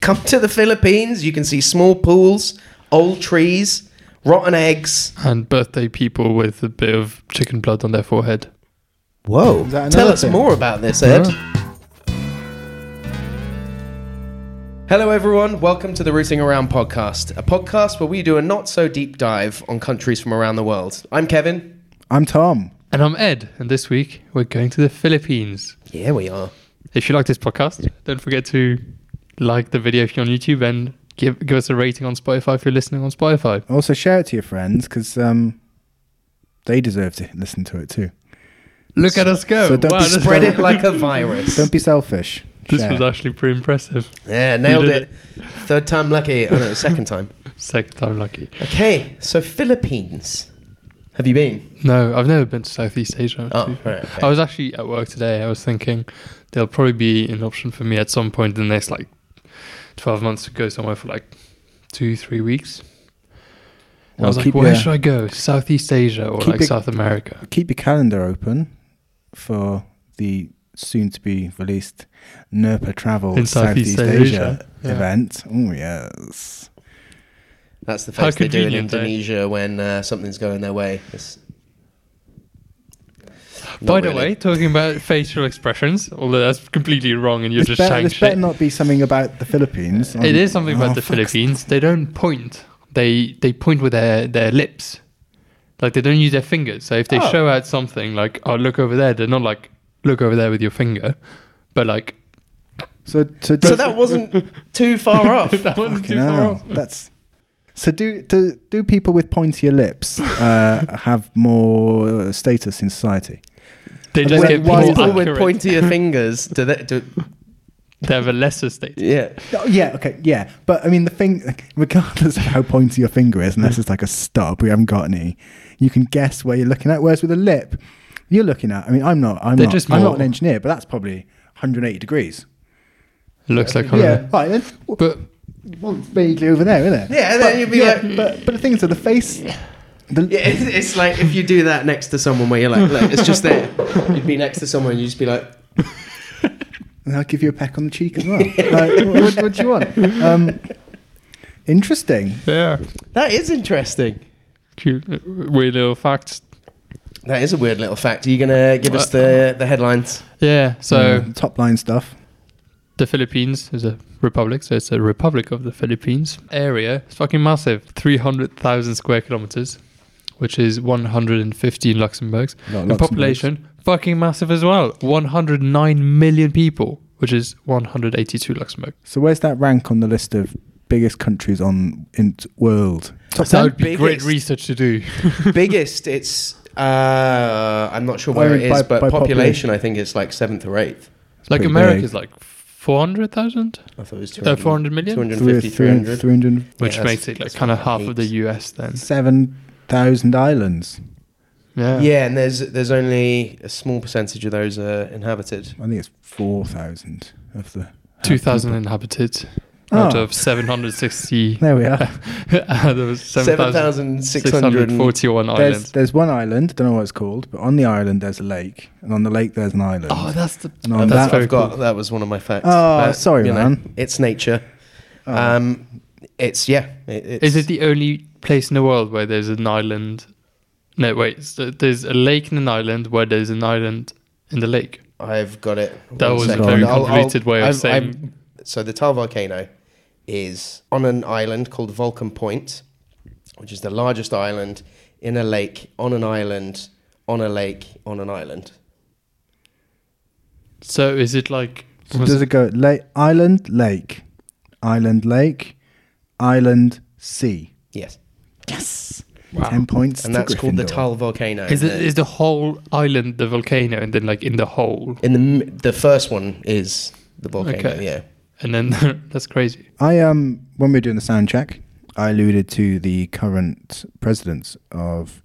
Come to the Philippines. You can see small pools, old trees, rotten eggs. And birthday people with a bit of chicken blood on their forehead. Whoa. Is that Tell another us thing? more about this, Ed. Hello, everyone. Welcome to the Rooting Around podcast, a podcast where we do a not so deep dive on countries from around the world. I'm Kevin. I'm Tom. And I'm Ed, and this week we're going to the Philippines. Yeah, we are. If you like this podcast, don't forget to like the video if you're on YouTube and give, give us a rating on Spotify if you're listening on Spotify. Also, share it to your friends because um, they deserve to listen to it too. Look at us go. so don't be this- Spread it like a virus. Don't be selfish. This Share. was actually pretty impressive. Yeah, nailed You it. did Third time lucky. Oh, no, second time. Second time lucky. Okay, so Philippines. Have you been? No, I've never been to Southeast Asia. Oh, to be fair. right, okay. I was actually at work today. I was thinking there'll probably be an option for me at some point in the next like 12 months to go somewhere for like two, three weeks. And I Well, was like, keep where your- should I go? Southeast Asia or Keep like it- South America? Keep your calendar open for the soon to be released NERPA Travel In Southeast, Southeast Asia, Asia. Yeah. event. Oh, yes. That's the How face they do in convenient, eh? Indonesia when uh, something's going their way. It's- By Not the really. way, talking about facial expressions, although that's completely wrong and you're just This better, saying this better shit. not be something about the Philippines. It is something about Oh, the fuck. Philippines. They don't point. They they point with their, their lips. Like they don't use their fingers. So if they Oh. show out something like, oh look over there, they're not like look over there with your finger. But like So, so, So don't- that wasn't too far off. Oh, that wasn't Fucking too far hell. off. That's so. Do do do people with pointier lips uh, have more status in society? They And just when- get why more is People it- accurate. with pointier fingers. Do they, do, They have a lesser state. yeah. Oh, yeah, okay, yeah, but I mean the thing, regardless of how pointy your finger is, unless it's like a stub, we haven't got any. You can guess where you're looking at. Whereas with a lip, you're looking at. I mean, I'm not. I'm They're not. just I'm not more- an engineer, but that's probably 180 degrees. Looks like Yeah, right. Then, w- But well, it's vaguely over there, isn't it? Yeah, and then you'd be like- but but the thing is, that the face. The, Yeah, it's, it's like if you do that next to someone where you're like, look, it's just there. You'd be next to someone and you'd just be like, And I'll give you a peck on the cheek as well. like, what, what do you want? Um, interesting. yeah. that is interesting. Cute weird little facts. That is a weird little fact. Are you going to give Uh, us the, the headlines? Yeah. So Mm, top line stuff. the Philippines is a republic, so it's a republic of the Philippines. Area is fucking massive, three hundred thousand square kilometers, which is one hundred and fifteen Luxembourgs. Not and Luxembourgs. population fucking massive as well, one hundred nine million people, which is one hundred eighty-two Luxembourg. So where's that rank on the list of biggest countries on in t- world? Top That ten. would be great biggest. research to do. Biggest, it's, uh, I'm not sure I where mean, it is, but by- by population, I think it's like seventh or eighth. like pretty America's big. like four hundred thousand, I thought it was 200, uh, four hundred million, 250, 300. 300 which that's- makes it like that's kind of fucking half of the heaps. US then. 7,000 islands. Yeah. Yeah, and there's there's only a small percentage of those uh, inhabited. I think it's 4,000 of the. 2,000 inhabited out of 760 There we are. out of 7,641 There's, islands. there's one island, don't know what it's called, but on the island there's a lake, and on the lake there's an island. Oh, that's the. and on That's that, what very I've got. cool. That was one of my facts. Oh, sorry, man. Oh. It's nature. Um, it's yeah. It, it's, Is it the only place in the world where there's an island? No, wait. So there's a lake in an island where thereres an island in the lake. I've got it. That One was a second. very convoluted way of saying- so the Tal volcano is on an island called Vulcan Point, which is the largest island in a lake on an island on a lake on an island. So is it like? So does it go lake, island, lake, island, lake, island, sea? Yes, Yes. Wow. Ten points. and to that's called the Gryffindor. Tal volcano. is it The- is the whole island the volcano, and then like in the hole, In the m- the first one is the volcano. Okay. Yeah. and then that's crazy. I um when we were doing the sound check, I alluded to the current president of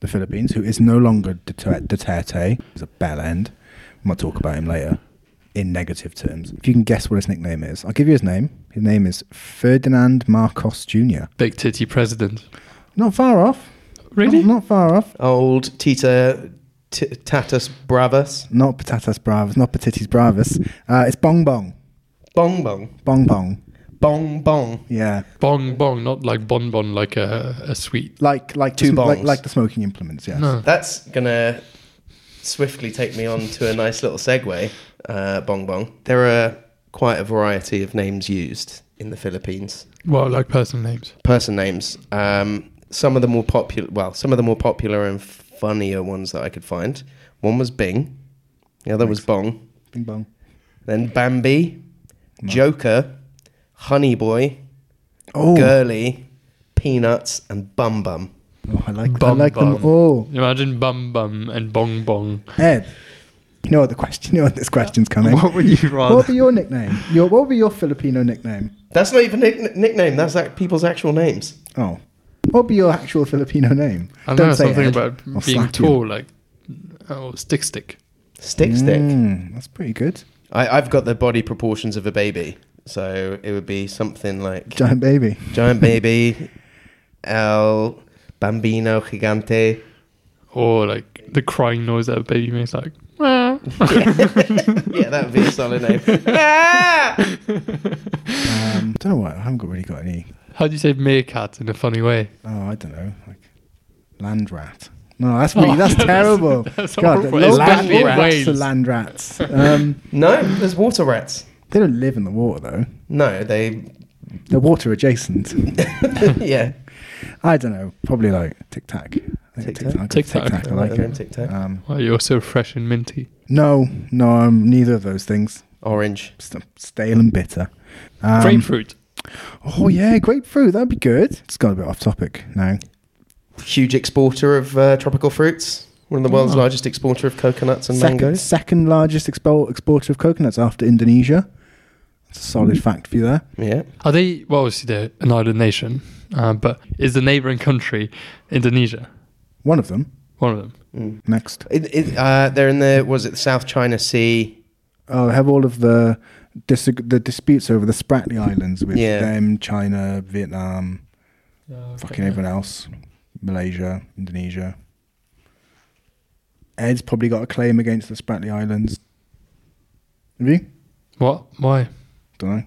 the Philippines, who is no longer Duterte. Duterte. He's a bell end. We might talk about him later in negative terms. If you can guess what his nickname is, I'll give you his name. His name is Ferdinand Marcos Jr. Big titty president. Not far off. Really? Not, not far off. Old Tita T- Tatus Bravas. Not Patatas Bravas, not Patitis Bravas. Uh, it's Bong Bong. Bong bong. Bong Bong. Bong bong. Yeah, Bong bong, not like bon bon, like a, a sweet. like like Two the, sm- like, bongs. like the smoking implements. Yes. No. That's gonna swiftly take me on to a nice little segue. Uh, bong bong. There are quite a variety of names used in the Philippines. Well, like person names. Person names. Um, some of the more popular, well, some of the more popular and funnier ones that I could find. One was Bing. The other was Bong. Bing bong. Then Bambi, No. Joker, Honey Boy, Oh, Girly, Peanuts, and Bum Bum. oh, I like Bum I like bum. them all. Imagine bum bum and bong bong. Ed, you know what the question? You know what this question's coming. What would you What rather? would be your nickname? Your what would be your Filipino nickname? That's not even a nick- nickname. That's like people's actual names. Oh, what would be your actual Filipino name? I know something Ed. about I'll being slap you. tall, like oh stick stick. Stick stick. Mm, that's pretty good. I, I've got the body proportions of a baby, so it would be something like Giant baby. giant baby, El Bambino Gigante. Or like the crying noise that a baby makes, like "Meow." Yeah, that would be a solid name. Ah! Um, don't know what. I haven't got, really got any. how do you say meerkat in a funny way? Oh, I don't know. Like land rat. No, that's Oh, really, that's terrible. that's God, awful. low- Especially low in rats are Wales. land rats. Um, No, there's water rats. they don't live in the water though. No, they. They're water adjacent. yeah, I don't know. Probably like tic tac. I think Tic Tac? Tic Tac. Tic Tac. I like And then it. Tic Tac. Um, Well, you're so fresh and minty. no, no, I'm neither of those things. orange. St- stale and bitter. Um, Grapefruit. Oh yeah, grapefruit. That'd be good. It's got a bit off topic now. Huge exporter of uh, tropical fruits. One of the world's Oh. largest exporter of coconuts and second, mangoes. second largest expo- exporter of coconuts after Indonesia. That's a Mm-hmm. solid fact for you there. Yeah. Are they? Well, obviously they're an island nation, uh, but is the neighboring country Indonesia? One of them. One of them. Mm. Next. It, it, uh, they're in the was it the South China Sea? Oh, have all of the dis- the disputes over the Spratly Islands with Yeah. them, China, Vietnam, fucking everyone else, Malaysia, Indonesia. Ed's probably got a claim against the Spratly Islands. Have you? What? Why? Don't know.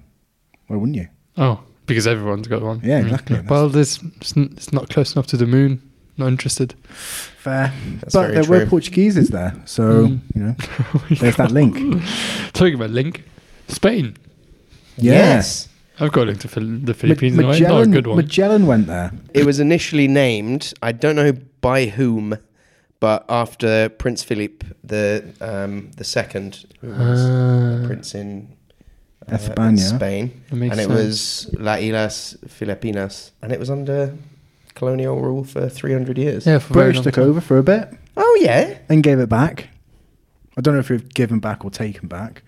Why wouldn't you? Oh, because everyone's got one. Yeah, Mm. exactly. Well, this it's n- it's not close enough to the moon. Not interested. Fair. That's but very there were true. Portugueses there, so Mm. you know there's that link. Talking about link, Spain. Yes. I've got a link to Phil- the Ma- Philippines. in a way. Not a good one. Magellan went there. It was initially named, I don't know by whom, but after Prince Philip the um, the second, who was Ah, prince in uh, Espana. Spain, that makes and it sense. was La Islas Filipinas, and it was under colonial rule for three hundred years. yeah, for very British long took time. over for a bit Oh yeah, and gave it back. I don't know if we've given back or taken back.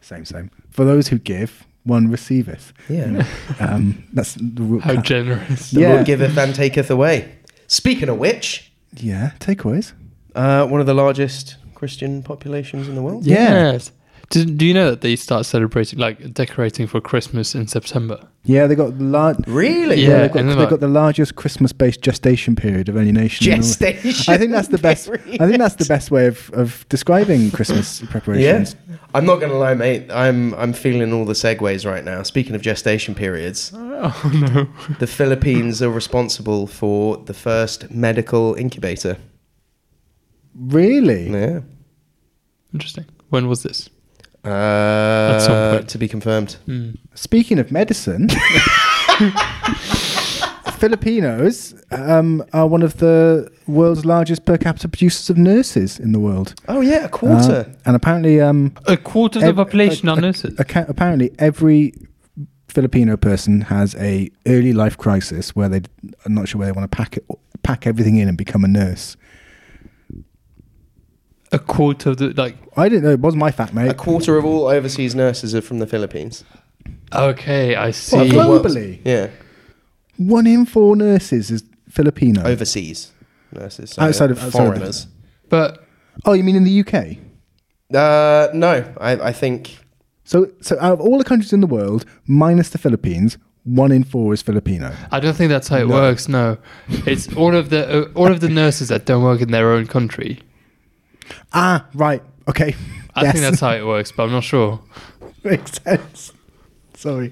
Same, same. For those who give, one receiveth. yeah. Um, that's the rule. How ca- generous. The Yeah. Lord giveth and taketh away. Speaking of which, yeah, takeaways. uh, one of the largest Christian populations in the world. Yeah. Yes. Do, do you know that they start celebrating, like decorating for Christmas in September? Yeah, they got the large. Really? Yeah, they've got, and then they like- got the largest Christmas-based gestation period of any nation. in the world. Gestation. I think that's the best. I think that's the best way of, of describing Christmas preparations. Yeah. I'm not gonna lie, mate. I'm I'm feeling all the segues right now. Speaking of gestation periods, Oh no! the Philippines are responsible for the first medical incubator. Really? Yeah. Interesting. When was this? Uh, some point. to be confirmed. Hmm. Mm. Speaking of medicine, Filipinos um, are one of the world's largest per capita producers of nurses in the world. Oh yeah, a Uh, quarter. and apparently, um, A quarter of the ev- population a- are a- nurses. acca- apparently every Filipino person has a early life crisis where they are not sure where they want to pack it, pack everything in and become a nurse. A quarter of the like. I didn't know it was my fact, a mate. quarter of all overseas nurses are from the Philippines. Okay, I Well, see. the world's- globally? Yeah, One in four nurses is Filipino. overseas nurses. so Mm. Outside of- outside of the- foreigners. But Oh, you mean in the UK? Uh, no, I, I think So, so out of all the countries in the world, minus the Philippines, one in four is Filipino. I don't think that's how it No. works. No, it's all of the uh, all of the nurses that don't work in their own country. Ah, right. Okay. I think that's how it works, but I'm not sure. makes sense. Sorry.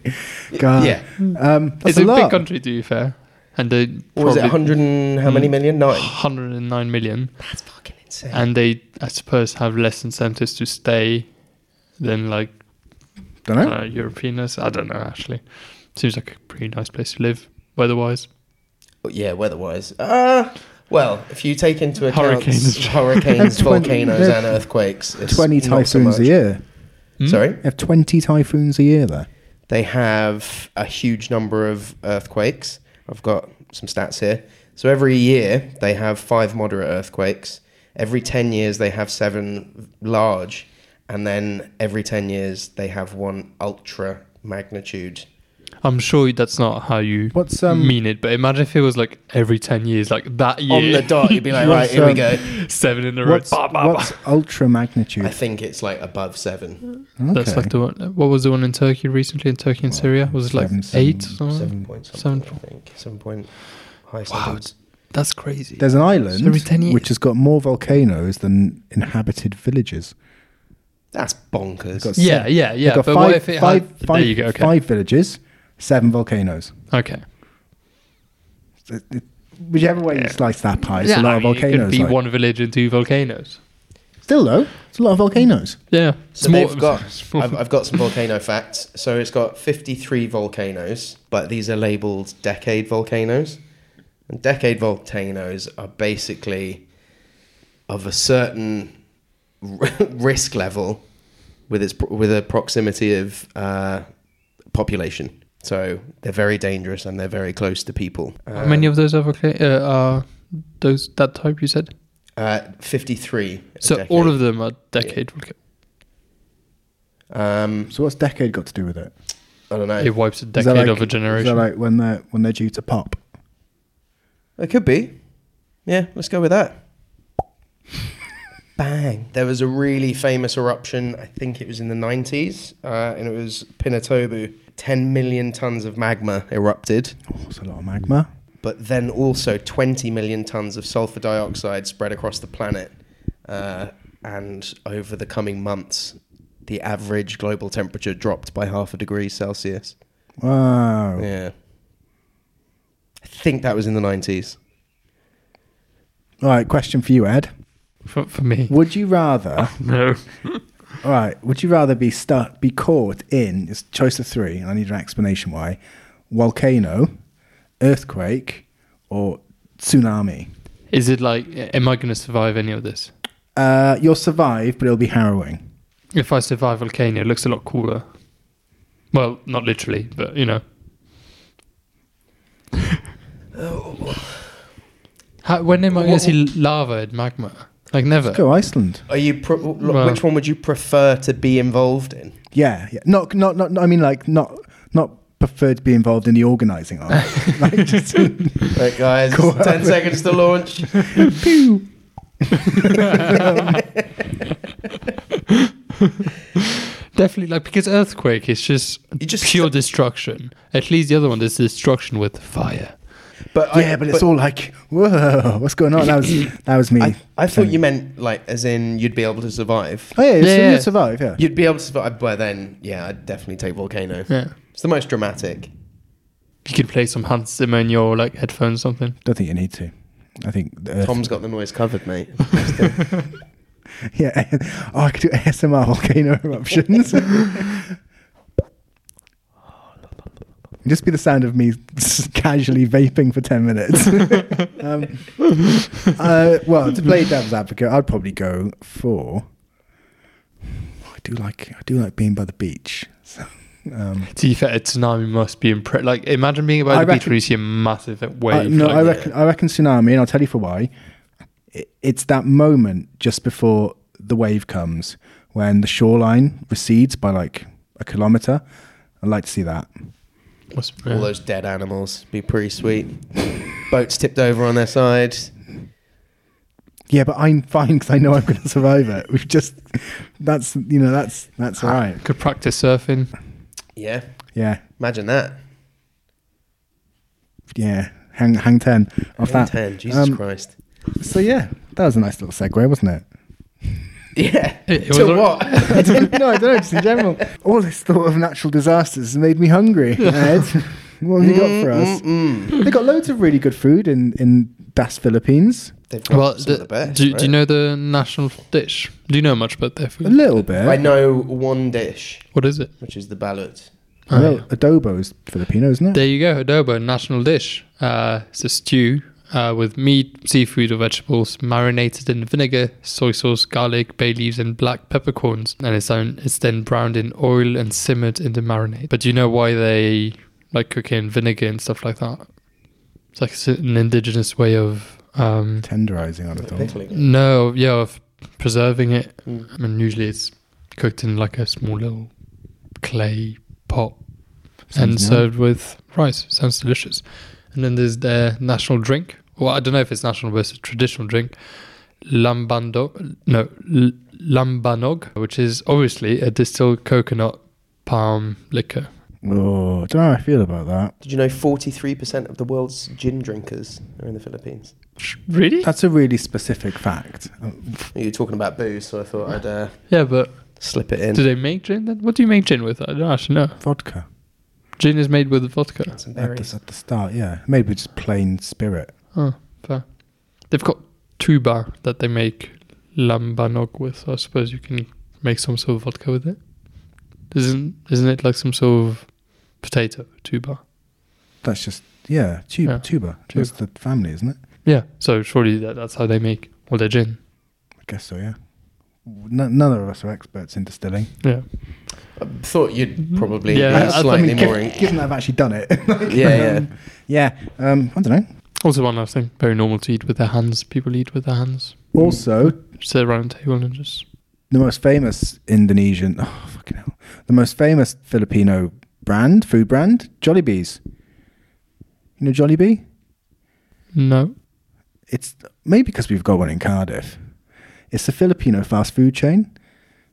God. Yeah. Um, it's that's a, a, lot. big country, to be fair. And they What was it probably- 100 and how many Mm. million? Nine. Oh, Uh, 109 million. That's fucking insane. And they, I suppose, have less incentives to stay than like Don't know. uh, Europeanness. I don't know, actually. Seems like a pretty nice place to live weather wise. But yeah, weather-wise. Uh, well, if you take into account Hurricanes. hurricanes, Have 20 volcanoes, and earthquakes, it's 20 not so typhoons much. a year. Sorry, They have 20 typhoons a year there. they have a huge number of earthquakes. I've got some stats here. So every year they have five moderate earthquakes. Every ten years they have seven large, and then every ten years they have one ultra magnitude. I'm sure that's not how you What's, um, mean it, but imagine if it was like every 10 years, like that year. On the dot, you'd be like, right, What's, here we um, go. Seven in a row. What's, bah, bah, bah. what's ultra I magnitude? think it's like above seven, Okay. That's like the one. What was the one in Turkey recently? In Turkey and Syria, was it like Seven, seven, eight? or something? seven point something. I think seven point high sevens. That's crazy. There's an island So every 10 years. which has got more volcanoes than inhabited villages. That's bonkers. Got yeah, seven- yeah, They've yeah. got But five, what if it five- had? five- there you go. Okay. five villages, seven volcanoes. okay. It- it- Whichever way Yeah. you slice that pie, it's a lot I of mean, It volcanoes. could be like. one village and two volcanoes. Still though, it's a lot of volcanoes. Yeah. So they've Small- got. small- I've, I've got some volcano facts. So it's got 53 volcanoes, but these are labeled decade volcanoes. And decade volcanoes are basically of a certain r- risk level with its pro- with a proximity of uh, population. So they're very dangerous and they're very close to people. How many of those are volca- uh, are those that type you said? uh, 53. a So decade. all of them are decade. volca- Um, So what's decade got to do with it? I don't know. It wipes a Is decade that like- of a Is generation. that like when they're when they're due to pop? It could be. Yeah, let's go with that. Bang. There was a really famous eruption, I think it was in the 90s, uh, and it was Pinatubo. 10 million tons of magma erupted, Oh, it's a lot of magma. but then also 20 million tons of sulfur dioxide spread across the planet. Uh, and over the coming months, the average global temperature dropped by half a degree Celsius. Wow. Yeah. I think that was in the 90s. All right. Question for you, Ed. For, for me, Would you rather? no. all right. Would you rather be stuck, be caught in? It's choice of three, and I need an explanation why. Volcano, earthquake, or tsunami. Is it like? Am I going to survive any of this? Uh, you'll survive, but it'll be harrowing. If I survive volcano, it looks a lot cooler. Well, not literally, but you know. How, when am I going to What- see lava and magma? Like never. Go Iceland. Are you pro- l- Well- which one would you prefer to be involved in? Yeah, yeah. Not, not, not. I mean, like, not, not preferred to be involved in the organising of. it. like, just, Right, guys, Go on. ten seconds to launch. pew. Definitely, like because earthquake is just You just- pure destruction. At least the other one is destruction with fire. But I, Yeah, but it's all like, whoa, what's going on? That was, that was me. I, I thought you meant like as in you'd be able to survive. Oh yeah, yeah, Yeah, yeah. you survive. Yeah. You'd be able to survive by then. Yeah, I'd definitely take volcano. Yeah, It's the most dramatic. you can play some Hans Zimmer in your like headphones, something. Don't think you need to. I think the Earth- Tom's got the noise covered, mate. Yeah. Oh, I could do ASMR volcano eruptions. Just be the sound of me casually vaping for ten minutes. um, uh, well, to play devil's advocate, I'd probably go for. I do like I do like being by the beach. So, um, To be fair, a tsunami must be impre- Like imagine being I about the beach reckon- where you see a massive I, wave. Uh, no, like, I reckon I reckon tsunami, and I'll tell you for why. It, it's that moment just before the wave comes when the shoreline recedes by like a kilometer. I'd like to see that. What's- All those dead animals be pretty sweet. Boats tipped over on their side. Yeah, but I'm fine because I know I'm going to survive it. We've just that's you know that's that's all right. Could practice surfing. Yeah, Yeah, imagine that. yeah. Hang hang ten off that. Ten, Jesus Um, Christ. So yeah, that was a nice little segue, wasn't it? Yeah. It- it was to al- what? I don't know. I don't know. Just in general, all this thought of natural disasters has made me hungry. Ed, what have you got Mm, for us? Mm-mm. They got loads of really good food in in Das Philippines. They've got Well, some the- of the best. do, do you right? know the national dish? Do you know much about their A food? little bit. I know one dish, What is it? which is the ballot. Oh, Well, yeah. adobo is Filipino, isn't it? There you go, adobo, national dish. Uh, it's a stew uh, with meat, seafood, or vegetables marinated in vinegar, soy sauce, garlic, bay leaves, and black peppercorns. And it's then, it's then browned in oil and simmered in the marinade. But do you know why they like cook it in vinegar and stuff like that? It's like s- an indigenous way of um, Tenderizing, I'd have thought. Pickling. no, yeah, of preserving it. Mm. I mean, usually it's cooked in like a small little clay pot and Sounds served with rice. Sounds delicious. And then there's their national drink. Well, I don't know if it's national, but it's a traditional drink. Lambando, no, l- lambanog, which is obviously a distilled coconut palm liquor. Oh, I don't know how I feel about that. Did you know 43% of the world's gin drinkers are in the Philippines? Really? That's a really specific fact. Um, You were talking about booze, so I thought I'd uh, Yeah, but slip it in. do they make gin then? What do you make gin with? I don't actually know. Vodka. Gin is made with vodka. Some At berries. the, at the start, yeah. Maybe just plain spirit. Oh, fair. They've got tuba that they make lambanog with. I suppose you can make some sort of vodka with it. Isn't isn't it like some sort of potato tuba? That's just, yeah, tuba. Yeah. tuba. That's the family, isn't it? Yeah. So surely that, that's how they make all their gin. I guess so, yeah. N- none of us are experts in distilling. Yeah. I thought you'd probably Mm-hmm. Yeah, be I- I slightly given- more. in- given that I've actually done it. like, Yeah, um, yeah. Um, I don't know. Also, one last thing: very normal to eat with their hands. People eat with their hands. Also, Sit around a table and just. the most famous Indonesian, oh fucking hell, the most famous Filipino brand, food brand, Jollibees. You know Jollibee? No. It's maybe because we've got one in Cardiff. It's a Filipino fast food chain.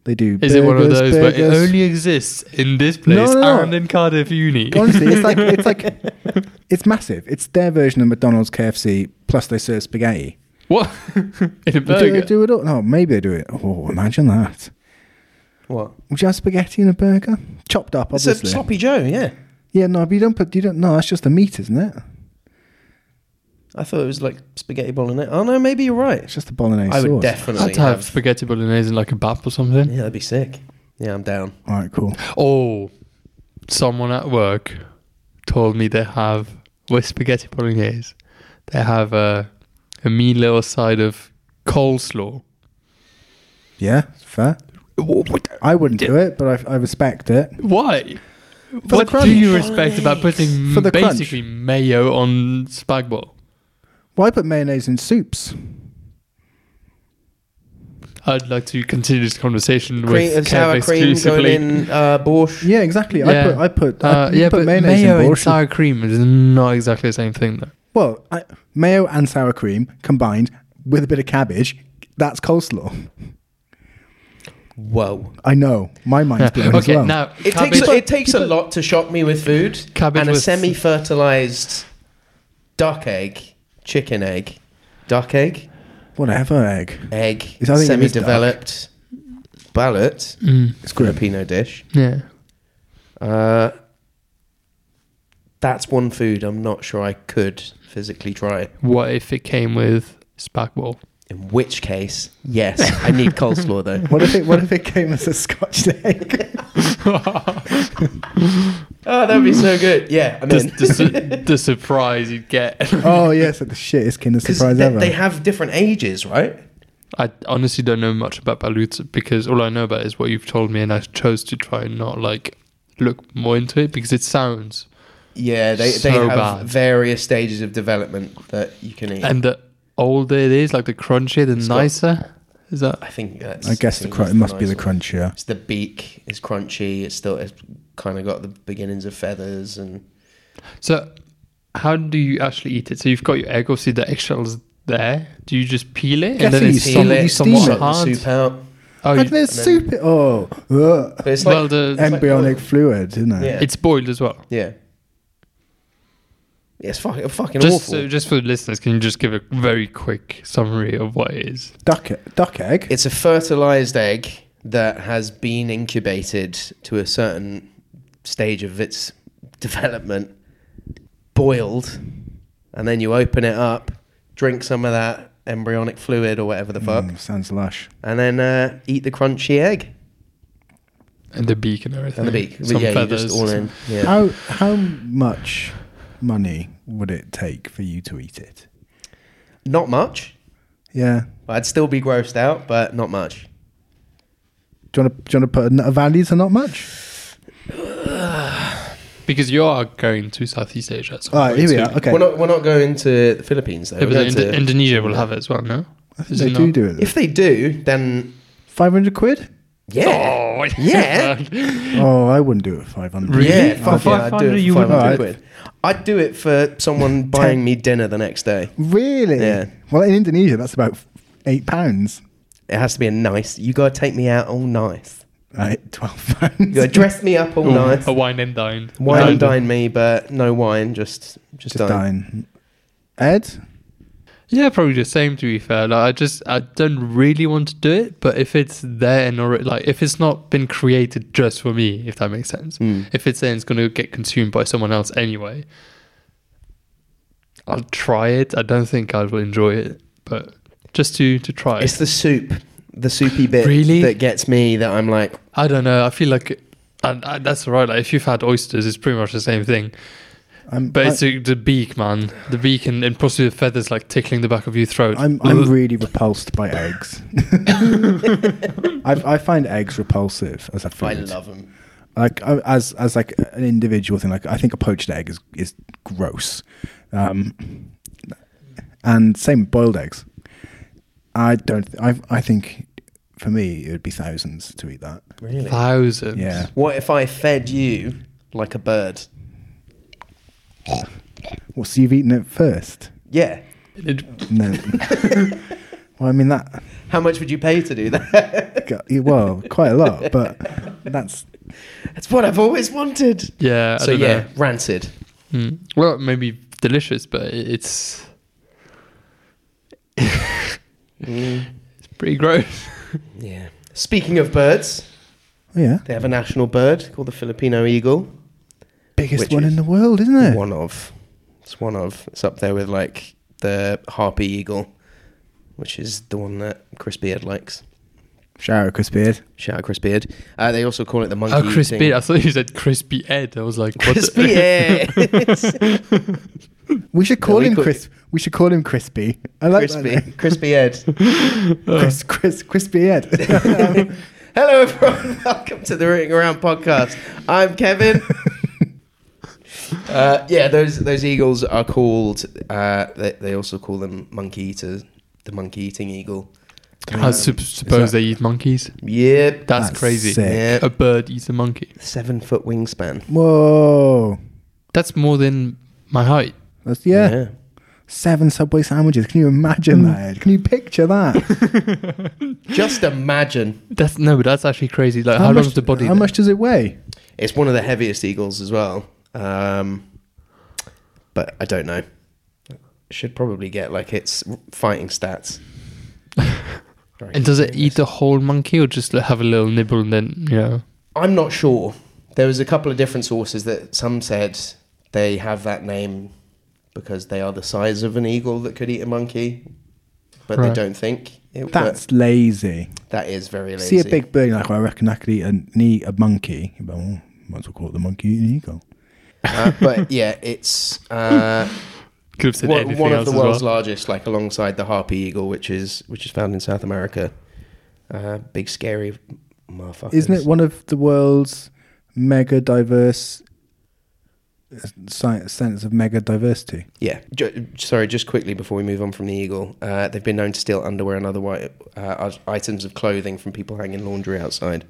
They do. Is it one of burgers, those where it burgers. only exists in this place no, no. and in Cardiff Uni? Honestly, it's like it's like it's massive. It's their version of McDonald's, KFC. Plus, they serve spaghetti. what? in a They do, burger? they do it all. No, maybe they do it. Oh, imagine that. What? Would you have spaghetti in a burger? Chopped up, It's a obviously. sloppy Joe, yeah. Yeah, no, but you don't put. You don't. No, that's just the meat, isn't it? I thought it was like spaghetti bolognese. Oh no, maybe you're right. It's just the bolognese I sauce. would definitely I'd have spaghetti bolognese in like a bap or something. Yeah, that'd be sick. Yeah, I'm down. All right, cool. Oh, someone at work told me they have with spaghetti bolognese. They have a a mean little side of coleslaw. Yeah, fair. I wouldn't do it, but I, I respect it. Why? the what crunch. do you respect about putting For the crunch. basically mayo on spag bol? Why put mayonnaise in soups? I'd like to continue this conversation Cream, with Kev sour cream going exclusively. in uh, borscht. Yeah, exactly. Yeah. I put I put, Uh, I yeah, put but mayonnaise mayo in and borscht. sour cream is not exactly the same thing, though. well, I, mayo and sour cream combined with a bit of cabbage. That's coleslaw. Whoa. I know. My mind's Yeah. blown Okay, as well. now It cabbage- takes a, it takes a lot to shock me with food Cabbage and a with- semi-fertilized duck egg, chicken egg, duck egg, Whatever egg. egg, Is that the name is semi-developed ballot Mm, It's grim. Filipino dish. yeah. Uh, that's one food I'm not sure I could physically try. What if it came with spag bol? In which case, yes, I need coleslaw though. What if it What if it came as a Scotch egg? Oh, that'd be so good. Yeah, I mean, the, the su- the surprise you'd get. oh yes, like the shittest kind of because surprise they, ever. they have different ages, right? I honestly don't know much about balut because all I know about is what you've told me, and I chose to try and not like look more into it because it sounds Yeah, they, they So have bad. Um, various stages of development that you can eat. and the older it is, like the crunchier, the It's got- nicer. Is that I think that's. I guess I the think cr- that's it must be nice the one. crunch. Yeah. It's the beak is crunchy. It's still it's kind of got the beginnings of feathers and so? How do you actually eat it? So you've got your egg, obviously the eggshells there. Do you just peel it Guess and then you it's steam it, you steam somewhat it. suck the hard? soup out. Oh, Like you, there's soup. it- Oh, ugh. But it's well, like the, like embryonic oil. fluid, isn't it? Yeah. it's boiled as well. yeah. It's fucking, fucking Just, awful. so just for the listeners, can you just give a very quick summary of what it is? Duck, e- duck egg. It's a fertilized egg that has been incubated to a certain stage of its development, boiled, and then you open it up, drink some of that embryonic fluid or whatever the fuck, Mm, sounds lush. and then uh, eat the crunchy egg And the beak and everything. and the beak. But Some yeah, you feathers. just all in. Yeah. How how much money would it take for you to eat it? Not much. Yeah. I'd still be grossed out, but not much. Do you want to do you want to put a, n- a value to not much? Because you are going to Southeast Asia. at some All right, point here we soon. are. Okay. We're not. We're not going to the Philippines though. Yeah, We're but going Indo- to- Indonesia will have it as well, no? I think Is they it do not? do it. if they do, then Five hundred quid? yeah, Oh, Yeah. Oh, I wouldn't do it. Five hundred. Really? Yeah, For fuck yeah, I'd do 500, it you for wouldn't 500 do quid. I'd do it for someone buying me dinner the next day. Really? Yeah. Well, in Indonesia, that's about f- eight pounds. It has to be a nice. You gotta take me out all nice. Right, twelve You gotta pounds. dress me up all Ooh, Oh, nice. A wine and dine. Wine and dine me, but no wine. Just just, Just dine. dine. Ed, Yeah, probably the same. To be fair, like I just I don't really want to do it, but if it's there and already, like if it's not been created just for me, if that makes sense, Mm. if it's there and it's gonna get consumed by someone else anyway, I'll try it. I don't think I will enjoy it, but just to to try It's it. the soup, the soupy bit Really? that gets me. That I'm like, I don't know. I feel like. And uh, that's all right. Like if you've had oysters, it's pretty much the same thing. I'm But it's I, the, the beak, man. The beak and, and possibly the feathers, like tickling the back of your throat. I'm I'm really repulsed by eggs. I, I find eggs repulsive as a food. I love them. like uh, as as like an individual thing like i think a poached egg is is gross um and same with boiled eggs i don't i i think for me it would be thousands to eat that Really? Thousands. yeah What if I fed you like a bird? well so you've eaten it first Yeah. It- no well i mean that How much would you pay to do that? go- well quite a lot but that's That's what I've always wanted. Yeah. I so don't yeah, know. rancid. Mm. Well, maybe delicious, but i- it's it's pretty gross. Yeah. Speaking of birds, oh yeah they have a national bird called the Filipino eagle. biggest Which one is- in the world isn't it One of. It's one of. It's up there with like the harpy eagle, which is the one that Chris Beard likes. shout out chris beard Shout out Chris Beard. Uh, they also call it the monkey. Oh, crispy! thing. I thought you said crispy Ed. I was like, what Chris the- Beard. we should call we him could- chris we should call him crispy i like Crispy. that Crispy Ed. name. chris chris crispy ed Hello, everyone. Welcome to the Rooting Around podcast. I'm Kevin. uh, yeah, those those eagles are called. Uh, they, they also call them monkey eaters. The monkey eating eagle. I sup- suppose that- they eat monkeys. Yep. That's, That's crazy. sick. Yeah. A bird eats a monkey. Seven foot wingspan. Whoa. That's more than my height. That's, yeah. Seven Subway sandwiches. Can you imagine that? Ed? Can you picture that? Just imagine. That's no, but that's actually crazy. Like, how, long's much, the body? How then? much does it weigh? It's one of the heaviest eagles as well. Um, but I don't know. Should probably get like its fighting stats. And does it eat the whole monkey or just like, have a little nibble and then you know? I'm not sure. There was a couple of different sources that some said they have that name because they are the size of an eagle that could eat a monkey, but Right. they don't think it, That's lazy. but that is very lazy. See a big bird, you're like, well, I reckon I could eat a, eat a monkey. But, well, might as well call it the monkey eating eagle. uh, but yeah, it's uh, Could have said one, anything one of else the as well. world's largest, like alongside the harpy eagle, which is which is found in South America. Uh, big scary motherfucker. Isn't it one of the world's mega diverse science, sense of mega diversity? Yeah. Ju- sorry, just quickly before we move on from the eagle, uh, they've been known to steal underwear and other wi- uh, i- items of clothing from people hanging laundry outside.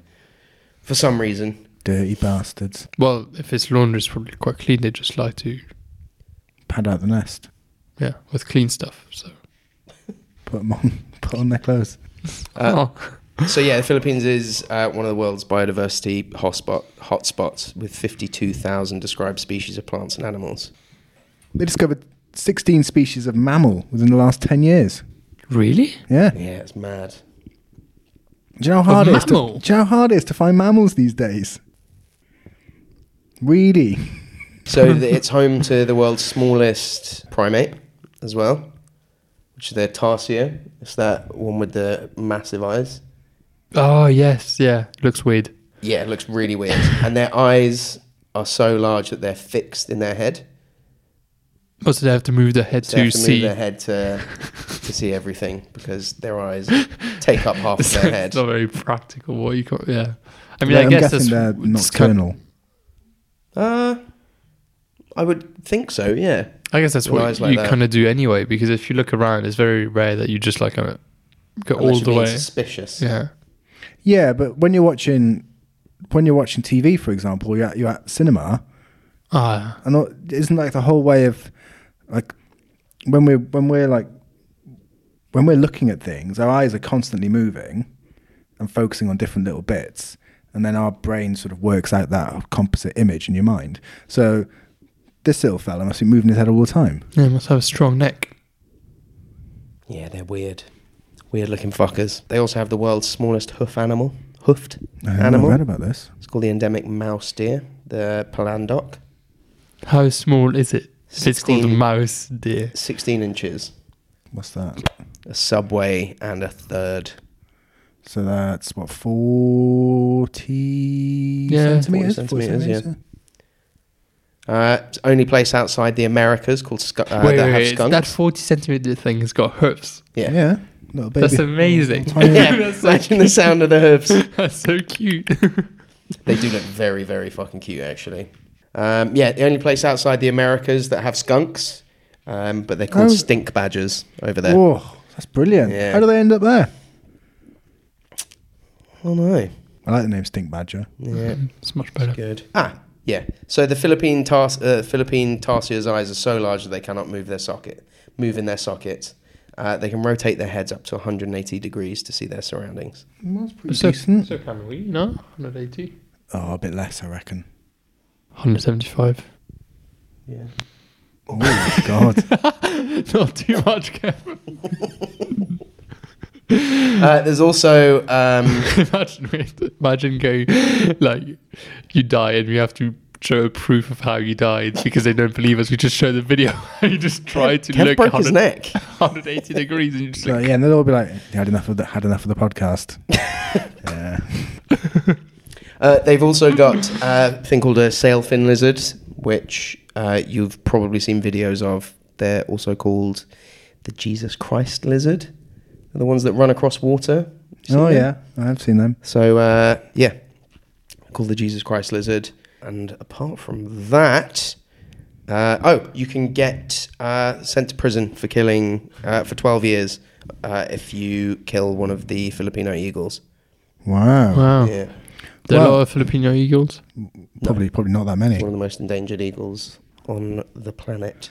For some reason, Dirty bastards. Well, if it's laundry, it's probably quite clean. They just like to, Pad out the nest. yeah, with clean stuff. So, Put them on. Put on their clothes. Uh, Oh. so yeah, the Philippines is uh, one of the world's biodiversity hotspot hotspots with fifty-two thousand described species of plants and animals. They discovered 16 species of mammal within the last 10 years. Really? Yeah. Yeah, it's mad. Do you know how hard Of it is? To, mammal? do you know how hard it is to find mammals these days? Weedy. So th- it's home to the world's smallest primate as well, which is the tarsier. It's that one with the massive eyes. Oh yes, yeah. Looks weird. Yeah, it looks really weird. and their eyes are so large that they're fixed in their head. Must they have to move their head So they to have to move see? their head to, to see everything because their eyes take up half of So their head. it's not very practical. What you got? Yeah. I mean, I am guess that's guessing they're it's kind- nocturnal. Uh, I would think so, yeah. I guess that's With what eyes like you that. kind of do anyway. Because if you look around, it's very rare that you just like kind of go Unless all you're the being way. suspicious. Yeah. Yeah, but when you're watching, when you're watching TV, for example, you're at, you're at cinema, Ah. and all- isn't like the whole way of, like, when we're when we're like, when we're looking at things, our eyes are constantly moving, and focusing on different little bits, and then our brain sort of works out that composite image in your mind. So this little fella must be moving his head all the time. Yeah, must have a strong neck. Yeah, they're weird. Weird looking fuckers. They also have the world's smallest hoof animal. Hoofed I haven't animal. read about this. It's called the endemic mouse deer, the Palandoc. How small is it? It's called a 16. mouse deer. 16 inches, What's that? a subway, and a third. So that's what forty Yeah. 40 centimeters. 40 centimeters, centimeters, yeah. Uh, it's only place outside the Americas called scu- uh, wait, that wait, have wait. skunks. That 40 centimeter thing has got hoofs. yeah. Yeah, little baby. That's amazing. Tiny- Yeah, That's so imagine the sound of the hooves. That's so cute. They do look very, very fucking cute, actually. Um, yeah, the only place outside the Americas that have skunks, um, but they're called Oh. stink badgers over there. Whoa, that's brilliant. Yeah. How do they end up there? Oh no, I like the name Stink Badger. yeah, it's much better. good. Ah, yeah. So the Philippine tars- uh, Philippine tarsiers' eyes are so large that they cannot move their socket, move in their sockets. Uh, they can rotate their heads up to 180 degrees to see their surroundings. That's pretty So, decent. so can we, no? 180? Oh, a bit less, I reckon. 175. Yeah. Oh my god. Not too much, Kev. Uh, there's also um, imagine, we- imagine going, like, you die and we have to show a proof of how you died because they don't believe us. We just show the video. you just try to Kev look broke his 100 neck. 180 degrees and you just so like, yeah, and they'll all be like, "Yeah, "Had enough of the, had enough of the podcast." yeah. Uh, they've also got uh, a thing called a sailfin lizard, which uh, you've probably seen videos of. They're also called the Jesus Christ lizard. They're the ones that run across water. You seen Oh them? yeah, I have seen them. So uh, yeah, called the Jesus Christ lizard. And apart from that, uh, oh, you can get uh, sent to prison for killing uh, for twelve years uh, if you kill one of the Filipino eagles. Wow. wow. Yeah, There are a Wow. lot of Filipino eagles. Probably probably not that many. one of the most endangered eagles on the planet.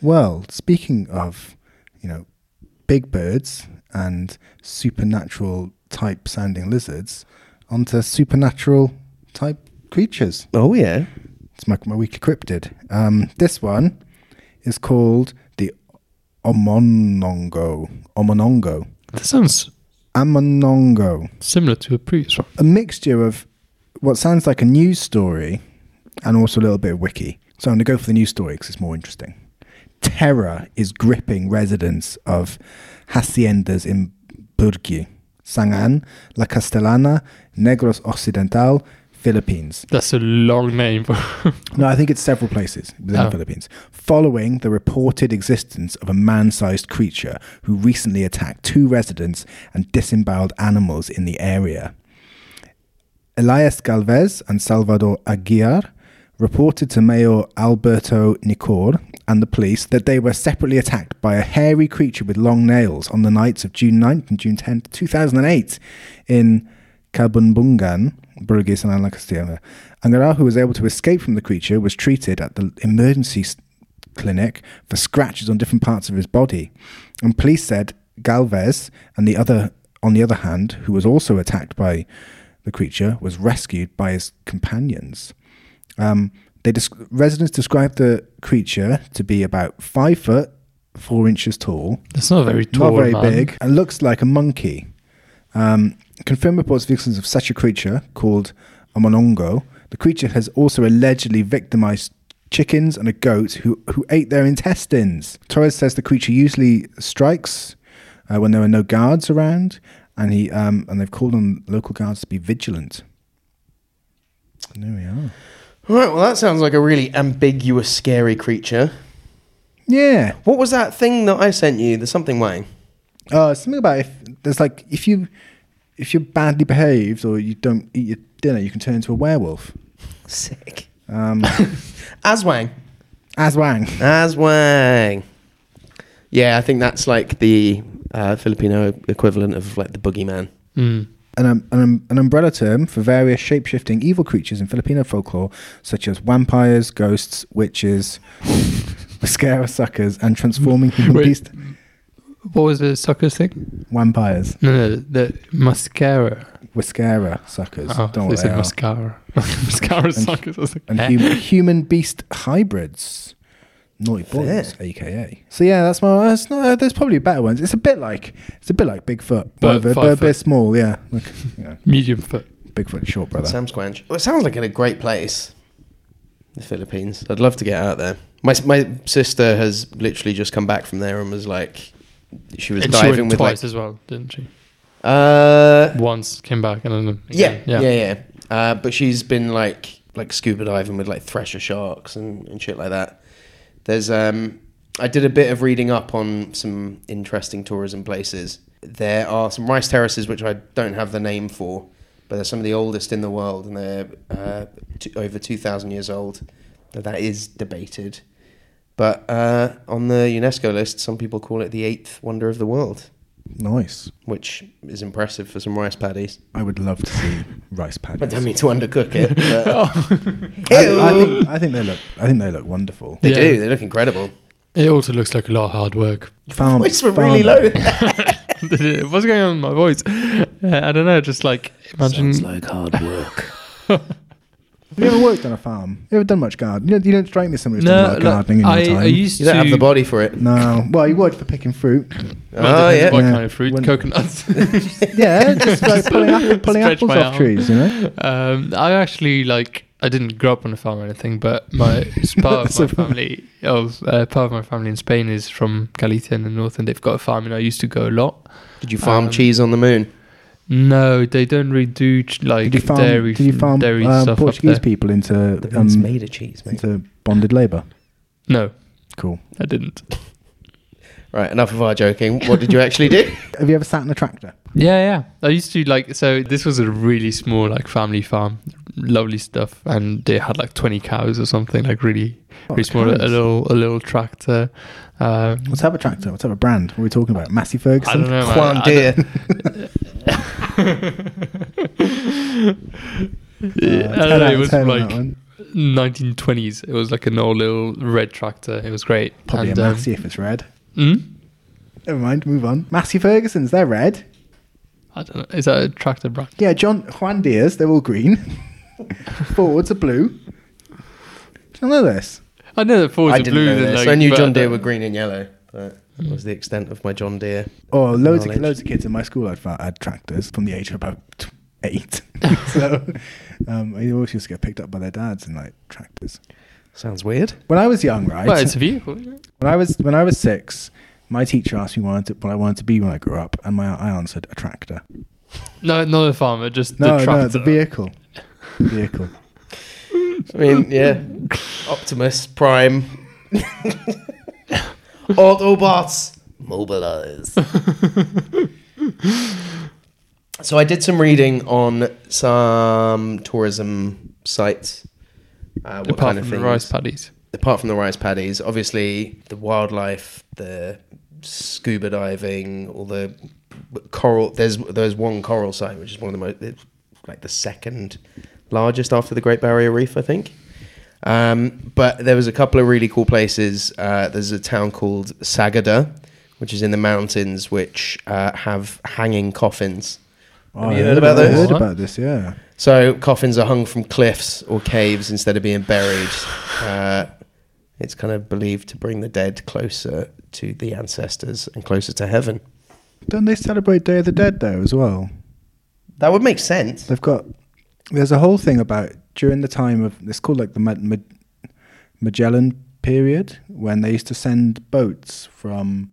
Well, speaking of, you know, big birds and supernatural type sounding lizards, onto supernatural type creatures. Oh yeah. It's my, my week of cryptid. Um, this one is called the Omonongo. Omonongo. That sounds Amonongo. similar to a previous one. A mixture of what sounds like a news story and also a little bit of wiki. So I'm going to go for the news story because it's more interesting. Terror is gripping residents of haciendas in Burgi, Sangan, La Castellana, Negros Occidental, Philippines. That's a long name. No, I think it's several places within Oh. the Philippines. Following the reported existence of a man sized creature who recently attacked two residents and disemboweled animals in the area. Elias Galvez and Salvador Aguirre reported to Mayor Alberto Nicor and the police that they were separately attacked by a hairy creature with long nails on the nights of June 9th and June 10th, 2008 in Cabunbungan, Burgess and Anacostia. Angara, who was able to escape from the creature, was treated at the emergency s- clinic for scratches on different parts of his body. And police said Galvez and the other on the other hand, who was also attacked by the creature, was rescued by his companions. Um, they desc residents described the creature to be about five foot four inches tall, That's not very tall. not very man. big, and looks like a monkey. Um, confirmed reports of existence of such a creature called a monongo. The creature has also allegedly victimized chickens and a goat who, who ate their intestines. Torres says the creature usually strikes uh, when there are no guards around, and he um, and they've called on local guards to be vigilant. And there we are. All right, well, that sounds like a really ambiguous, scary creature. Yeah. What was that thing that I sent you? The something way. Uh, something about if there's like if you if you're badly behaved or you don't eat your dinner, you can turn into a werewolf. Sick. Um, Aswang. As Wang. Aswang. Yeah, I think that's like the uh, Filipino equivalent of like the boogeyman. Mm. An, um, an, um, an umbrella term for various shape shifting evil creatures in Filipino folklore, such as vampires, ghosts, witches, mascara suckers, and transforming human Wait. beast. What was the suckers thing? Vampires. No, no, the mascara. Mascara suckers. Oh, they don't worry. said mascara. mascara suckers. I was like, and eh. hum- human beast hybrids. Naughty boys, aka. So yeah, that's my. That's not, uh, there's probably better ones. It's a bit like it's a bit like Bigfoot, But but, but, five a bit foot. small. Yeah, like you know, medium foot. Bigfoot short brother. Sam Squanch. Well, it sounds like a great place. The Philippines. I'd love to get out there. My my sister has literally just come back from there and was like, she was And she diving went with twice like, as well, didn't she? uh, Once came back and then yeah, again. yeah, yeah. Uh, but she's been like like scuba diving with like thresher sharks and, and shit like that. There's um, I did a bit of reading up on some interesting tourism places. There are some rice terraces which I don't have the name for, but they're some of the oldest in the world, and they're uh, t- over two thousand years old. Now, That is debated, but uh, on the UNESCO list, some people call it the eighth wonder of the world, Nice. which is impressive for some rice paddies. I would love to see rice paddies. I don't mean to undercook it. But Oh, I, I think, I think they look. I think they look wonderful. they Yeah. do. They look incredible. It also looks like a lot of hard work. Farm, Voice were really farm- low. What's going on with my voice? Uh, I don't know. Just like imagine. like hard work. Have you ever worked on a farm? You ever done much gardening? You don't, you don't strike me as someone who's done a no, lot of like, gardening in your I, time. I used You don't to. have the body for it. no. Well, you worked for picking fruit. Oh depends yeah. What Yeah. kind of fruit? When- Coconuts. yeah, just like pulling, up, pulling Stretch apples my off arm. trees. You know. Um, I actually like I didn't grow up on a farm or anything, but my it's part of So my family of uh, part of my family in Spain is from Galicia in the north, and they've got a farm, and I used to go a lot. Did you farm Um, cheese on the moon? No, they don't really do ch- like Did you farm? dairy. did you farm dairy uh, stuff Portuguese up there. people into It's um, of cheese, into bonded labour? No, Cool. I didn't. Right. Enough of our joking. What did you actually do? Have you ever sat in a tractor? Yeah, yeah. I used to like so. This was a really small like family farm, lovely stuff, and they had like twenty cows or something, like really, Oh, really small. A, cows. little, a little tractor. Um, Let's have a tractor. Let's have a brand. What are we talking about? Massey Ferguson. Uh, I don't know. man. Quan I don't- deer. Yeah, Uh, I don't 10 know, out it of was 10 on that like one. 1920s. It was like an old little red tractor. It was great. probably And, a um, Massey if it's red. mm? Never mind. Move on. Massey Ferguson's. They're red. I don't know. Is that a tractor brand? Yeah, John Juan Deere's. They're all green. Forwards are blue. Do you know this? I know that Ford's I are didn't blue. know then, this. like, I knew but- uh, John Deere were green and yellow, but that was the extent of my John Deere. Oh, loads of Knowledge. loads of kids in my school had, fa- had tractors from the age of about t- eight. so um, I always used to get picked up by their dads in like tractors. Sounds weird. When I was young, right? Well, it's a vehicle. yeah. When I was when I was six, my teacher asked me what I, what I wanted to be when I grew up, and my I answered a tractor. No, not a farmer. Just the No, no, tractor. the vehicle. vehicle. I mean, yeah. Optimus Prime. Autobots, mobilize. so I did some reading on some tourism sites. Uh, what apart kind of from the things- rice paddies. apart from the rice paddies, obviously the wildlife, the scuba diving, all the coral. There's there's one coral site which is one of the most it's like the second largest after the Great Barrier Reef, I think. Um, but there was a couple of really cool places. Uh, there's a town called Sagada, which is in the mountains, which uh, have hanging coffins. Have Oh, I you heard about I those? heard about this, yeah. So coffins are hung from cliffs or caves instead of being buried. Uh, it's kind of believed to bring the dead closer to the ancestors and closer to heaven. Don't they celebrate Day of the Dead though as well? That would make sense. They've got. There's a whole thing about during the time of it's called like the Ma- Ma- Magellan period when they used to send boats from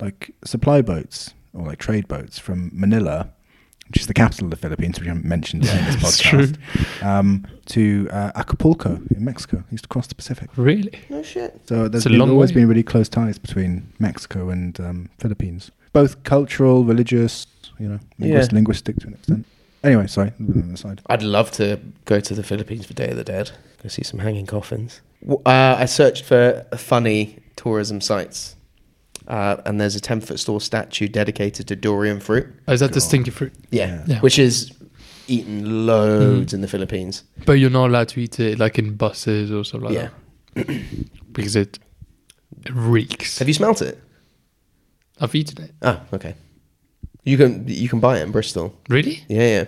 like supply boats or like trade boats from Manila, which is the capital of the Philippines, which I haven't mentioned yet in this It's podcast, um, to uh, Acapulco in Mexico. They used to cross the Pacific. Really? No shit. So there's a been, long always way. been really close ties between Mexico and um, Philippines, both cultural, religious, you know, linguist, Yeah. linguistic to an extent. Anyway, sorry, a little aside. I'd love to go to the Philippines for Day of the Dead. Go see some hanging coffins. W- Uh, I searched for funny tourism sites, uh, and there's a ten foot tall statue dedicated to durian fruit. Oh, is that the stinky fruit? Yeah, Yeah. which is eaten loads in the Philippines. But you're not allowed to eat it like in buses or something like Yeah. that because it, it reeks. Have you smelt it? I've eaten it. Ah, okay. You can you can buy it in Bristol. Really? Yeah, yeah.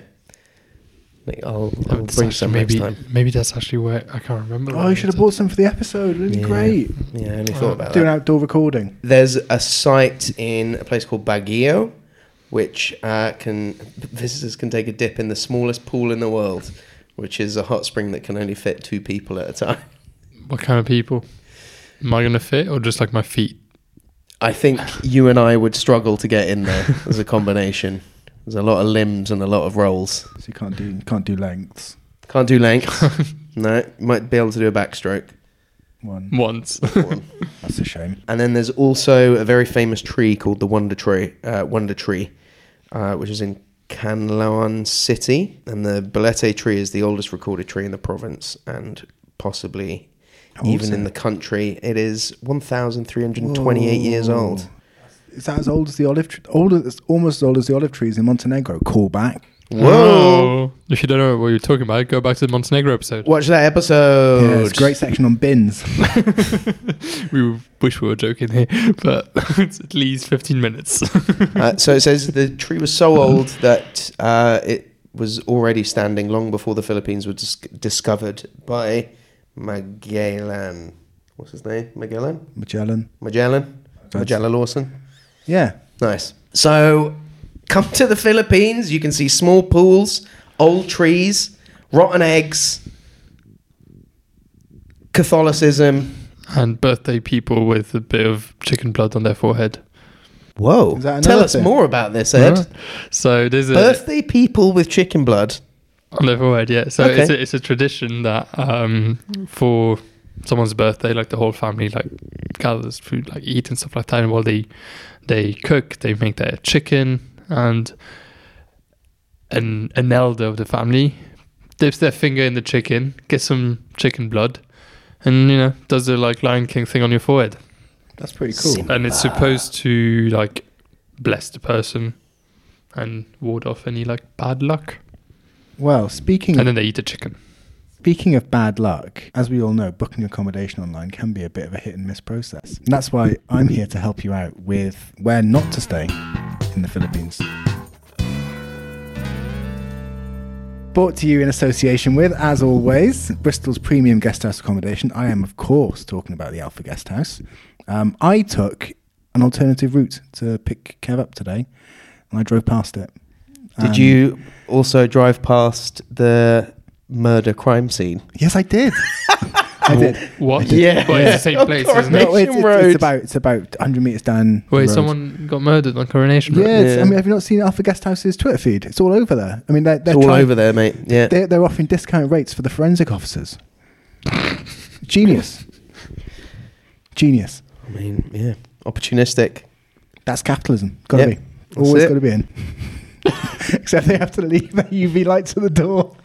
Like, I'll, Oh, I'll that's bring actually- some maybe, next time. Maybe that's actually where I can't remember. Oh, where you it should have is. bought some for the episode. It'd be Yeah. great. Yeah, I only thought about Do an that. outdoor recording. There's a site in a place called Baguio, which uh, can visitors can take a dip in the smallest pool in the world, which is a hot spring that can only fit two people at a time. What kind of people? Am I going to fit or just like my feet? I think you and I would struggle to get in there as a combination. There's a lot of limbs and a lot of rolls. So you can't do you can't do lengths. Can't do length. no, might be able to do a backstroke. Mm. One. Once. That's a shame. And then there's also a very famous tree called the Wonder Tree, uh, Wonder Tree, uh, which is in Canloan City. And the Belete tree is the oldest recorded tree in the province and possibly How old is even in it? the country. It is 1,328 years old. Is that as old as the olive tree? Older, it's almost as old as the olive trees in Montenegro. Call back. Whoa! If you don't know what you're talking about, go back to the Montenegro episode. Watch that Yeah, episode. it's a great section on bins. We wish we were joking here, but it's at least 15 minutes. Uh, so it says the tree was so old that uh, it was already standing long before the Philippines were dis- discovered by Magellan. What's his name? Magellan? Magellan. Magellan? That's- Magellan Lawson? Yeah. Nice. So come to the Philippines. You can see small pools, old trees, rotten eggs, Catholicism. and birthday people with a bit of chicken blood on their forehead. Whoa. Is that Tell another us thing? more about this, Ed. So there's a Birthday people with chicken blood. on their forehead, yeah. So it's, Okay. a, it's a tradition that um, for someone's birthday, like the whole family like gathers food, like eat and stuff like that. And while they they cook, they make their chicken, and an an elder of the family dips their finger in the chicken, gets some chicken blood, and you know does the like Lion King thing on your forehead That's pretty cool. and it's supposed to like bless the person and ward off any like bad luck Well, speaking and then they eat the chicken Speaking of bad luck, as we all know, booking accommodation online can be a bit of a hit and miss process. And that's why I'm here to help you out with where not to stay in the Philippines. Brought to you in association with, as always, Bristol's premium guest house accommodation. I am, of course, talking about the Alpha Guest House. Um, I took an alternative route to pick Kev up today, and I drove past it. Did Um, you also drive past the murder crime scene? Yes, I Um, did. I did. What? Yeah. Well, it's the same Of place, course. isn't it? No, it's, Coronation it's, Road. it's about it's about 100 meters down. the Wait, road. someone got murdered on Coronation Yeah, Road? it's- Yeah. I mean, have you not seen Arthur Guesthouse's Twitter feed? It's all over there. I mean, they're, they're It's all trying- over there, mate. Yeah. They're, they're offering discount rates for the forensic officers. Genius. Genius. I mean, yeah. Opportunistic. That's capitalism. Yep. Gotta be. That's Always it. gotta be in. Except they have to leave their UV lights at the door.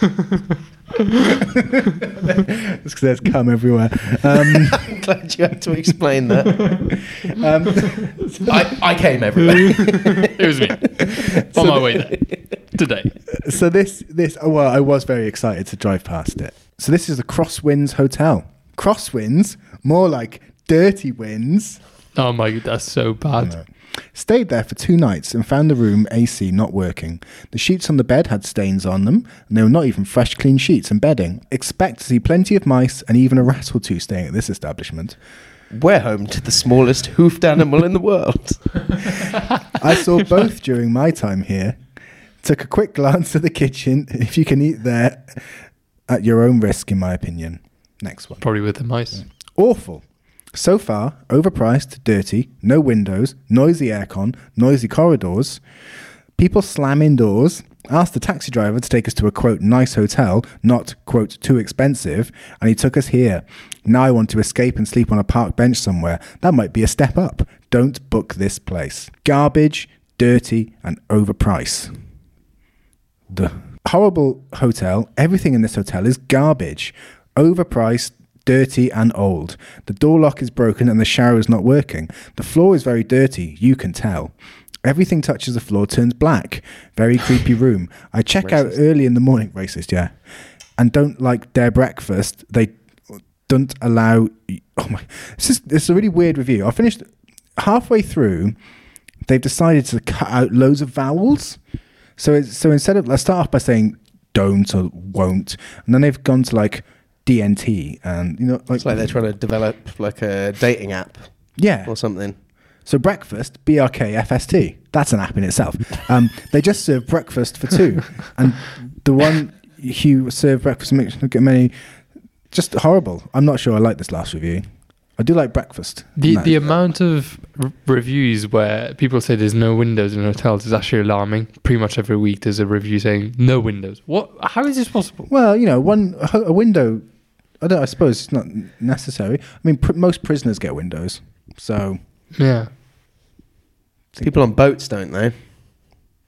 It's because there's cum everywhere. Um, I'm glad you had to explain that. um, I, I came everywhere. It was me. on my way there. Today. so this this oh, well, I was very excited to drive past it. So this is the Crosswinds Hotel. Crosswinds, more like dirty winds. Oh my god, that's so bad. Stayed there for two nights and found the room AC not working. The sheets on the bed had stains on them, and they were not even fresh, clean sheets and bedding. Expect to see plenty of mice and even a rat or two staying at this establishment. We're home to the smallest hoofed animal in the world. I saw both during my time here. Took a quick glance at the kitchen. If you can eat there, at your own risk, in my opinion. Next one. Probably with the mice. Awful. So far, overpriced, dirty, no windows, noisy aircon, noisy corridors. People slam indoors. Asked the taxi driver to take us to a quote nice hotel, not quote too expensive, and he took us here. Now I want to escape and sleep on a park bench somewhere. That might be a step up. Don't book this place. Garbage, dirty, and overpriced. The horrible hotel. Everything in this hotel is garbage, overpriced, dirty, and old. The door lock is broken and the shower is not working. The floor is very dirty, you can tell. Everything touches the floor turns black. Very creepy room. I check out early in the morning. Racist, yeah. And don't like their breakfast. They don't allow. Oh my! This is this is a really weird review. I finished halfway through. They've decided to cut out loads of vowels. So it's, so instead of let's start off by saying don't or won't, and then they've gone to like DNT and you know like, It's like they're trying to develop like a dating app yeah or something. So breakfast, BRK FST. That's an app in itself. Um, they just serve breakfast for two, and the one who served breakfast mix look at many, just horrible. I'm not sure I like this last review. I do like breakfast. The No. the amount of r- reviews where people say there's no windows in hotels is actually alarming. Pretty much every week there's a review saying no windows. What? How is this possible? well, you know, one a ho- a window. I don't. I suppose it's not necessary. I mean, pr- most prisoners get windows, so Yeah. People on boats don't though.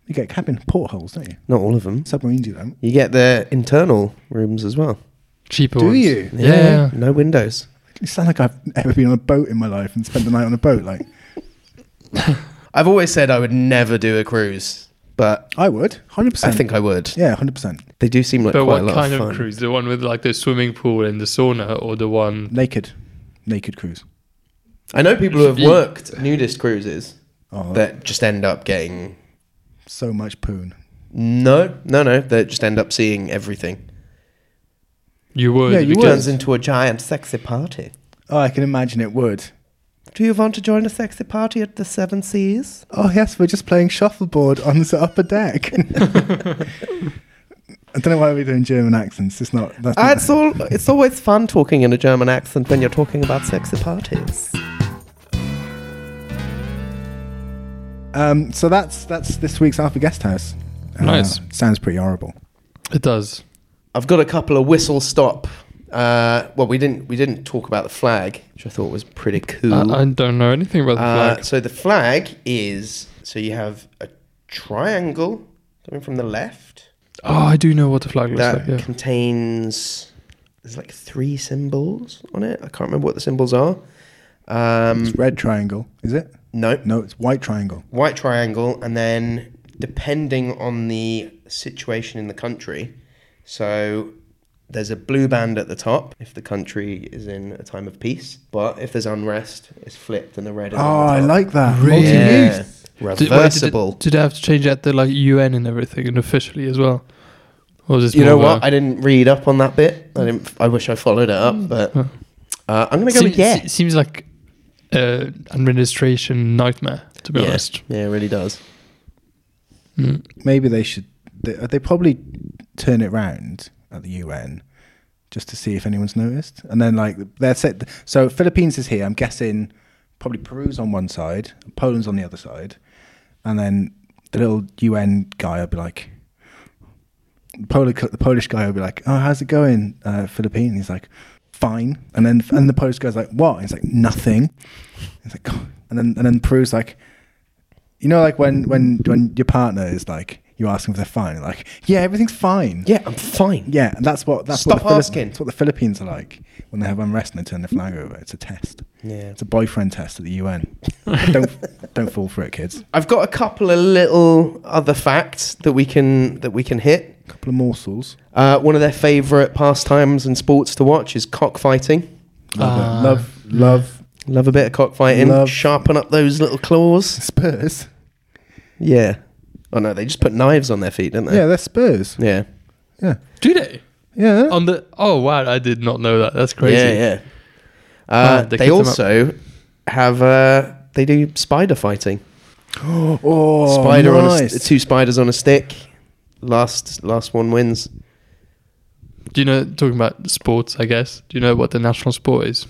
you get cabin portholes, don't you? Not all of them. Submarines, you don't. You get their internal rooms as well. Cheaper Do ones. you? Yeah. yeah. No windows. You sound like I've ever been on a boat in my life and spent the night on a boat. Like I've always said I would never do a cruise, but I would, I hundred percent. think I would. yeah, hundred percent. They do seem like But quite a lot what kind of of, fun. cruise? The one with like the swimming pool and the sauna, or the one? Naked, naked cruise. I know people who have You- worked nudist cruises Oh, that just end up getting so much poon. no, no, no. They just end up seeing everything. You would. Yeah, you It because- would. turns into a giant sexy party. Oh, I can imagine it would. Do you want to join a sexy party at the Seven Seas? Oh yes, we're just playing shuffleboard on the upper deck. I don't know why we're doing German accents. It's not. That's Ah, not it's all. It's always fun talking in a German accent when you're talking about sexy parties. um, so that's that's this week's Alpha Guest House. Uh, Nice. Sounds pretty horrible. It does. I've got a couple of whistle stop. Uh, well, we didn't we didn't talk about the flag, which I thought was pretty cool. I, I don't know anything about the Uh, flag. so the flag is so you have a triangle coming from the left Oh, I do know what the flag looks that like. Yeah. contains there's like three symbols on it. I can't remember what the symbols are. Um, It's red triangle, is it? no, No, it's white triangle. white triangle, and then depending on the situation in the country, so there's a blue band at the top if the country is in a time of peace, but if there's unrest, it's flipped and the red. Is Oh, on the I top. like that. Yeah. Multi-use. Did- wait, did it- Reversible. Did, I have to change that the like UN and everything and officially as well? Or is this You know more of what? a- I didn't read up on that bit. I didn't. I wish I followed it up, but uh, I'm gonna go Seem- with yeah. se- Seems like uh, administration nightmare, to be yeah. honest. Mm. Yeah, it really does. Maybe they should. They, they probably turn it round at the UN just to see if anyone's noticed. And then like they're set. So Philippines is here. I'm guessing probably Peru's on one side, Poland's on the other side, and then the little UN guy will be like, Polish, the Polish guy will be like, "Oh, how's it going, uh, Philippine?" And he's like, "Fine." And then and the Polish guy's like, "What?" And he's like, "Nothing." He's like, "God." and then and then Peru's like, you know, like when when when your partner is like, you ask them if they're fine, they're like, "Yeah, everything's fine." Yeah, I'm fine. yeah. And that's what that's Stop what the Philip- asking. That's what the Philippines are like when they have unrest and they turn the flag over. It's a test. Yeah. It's a boyfriend test at the UN. don't don't fall for it, kids. I've got a couple of little other facts that we can that we can hit. A couple of morsels. Uh, one of their favourite pastimes and sports to watch is cockfighting. Love, it. Ah. love, love Love a bit of cockfighting. Love- Sharpen up those little claws. Spurs. Yeah. Oh no, they just put knives on their feet, didn't they? Yeah, they're Spurs. Yeah. Yeah, Do they? yeah. On the oh wow, I did not know that. That's crazy. Yeah, yeah. Uh, Oh, they they kicked 'em up. also have uh, they do spider fighting. Oh, spider on a, nice. st- two spiders on a stick. Last last one wins. Do you know talking about sports? I guess. Do you know what the national sport is?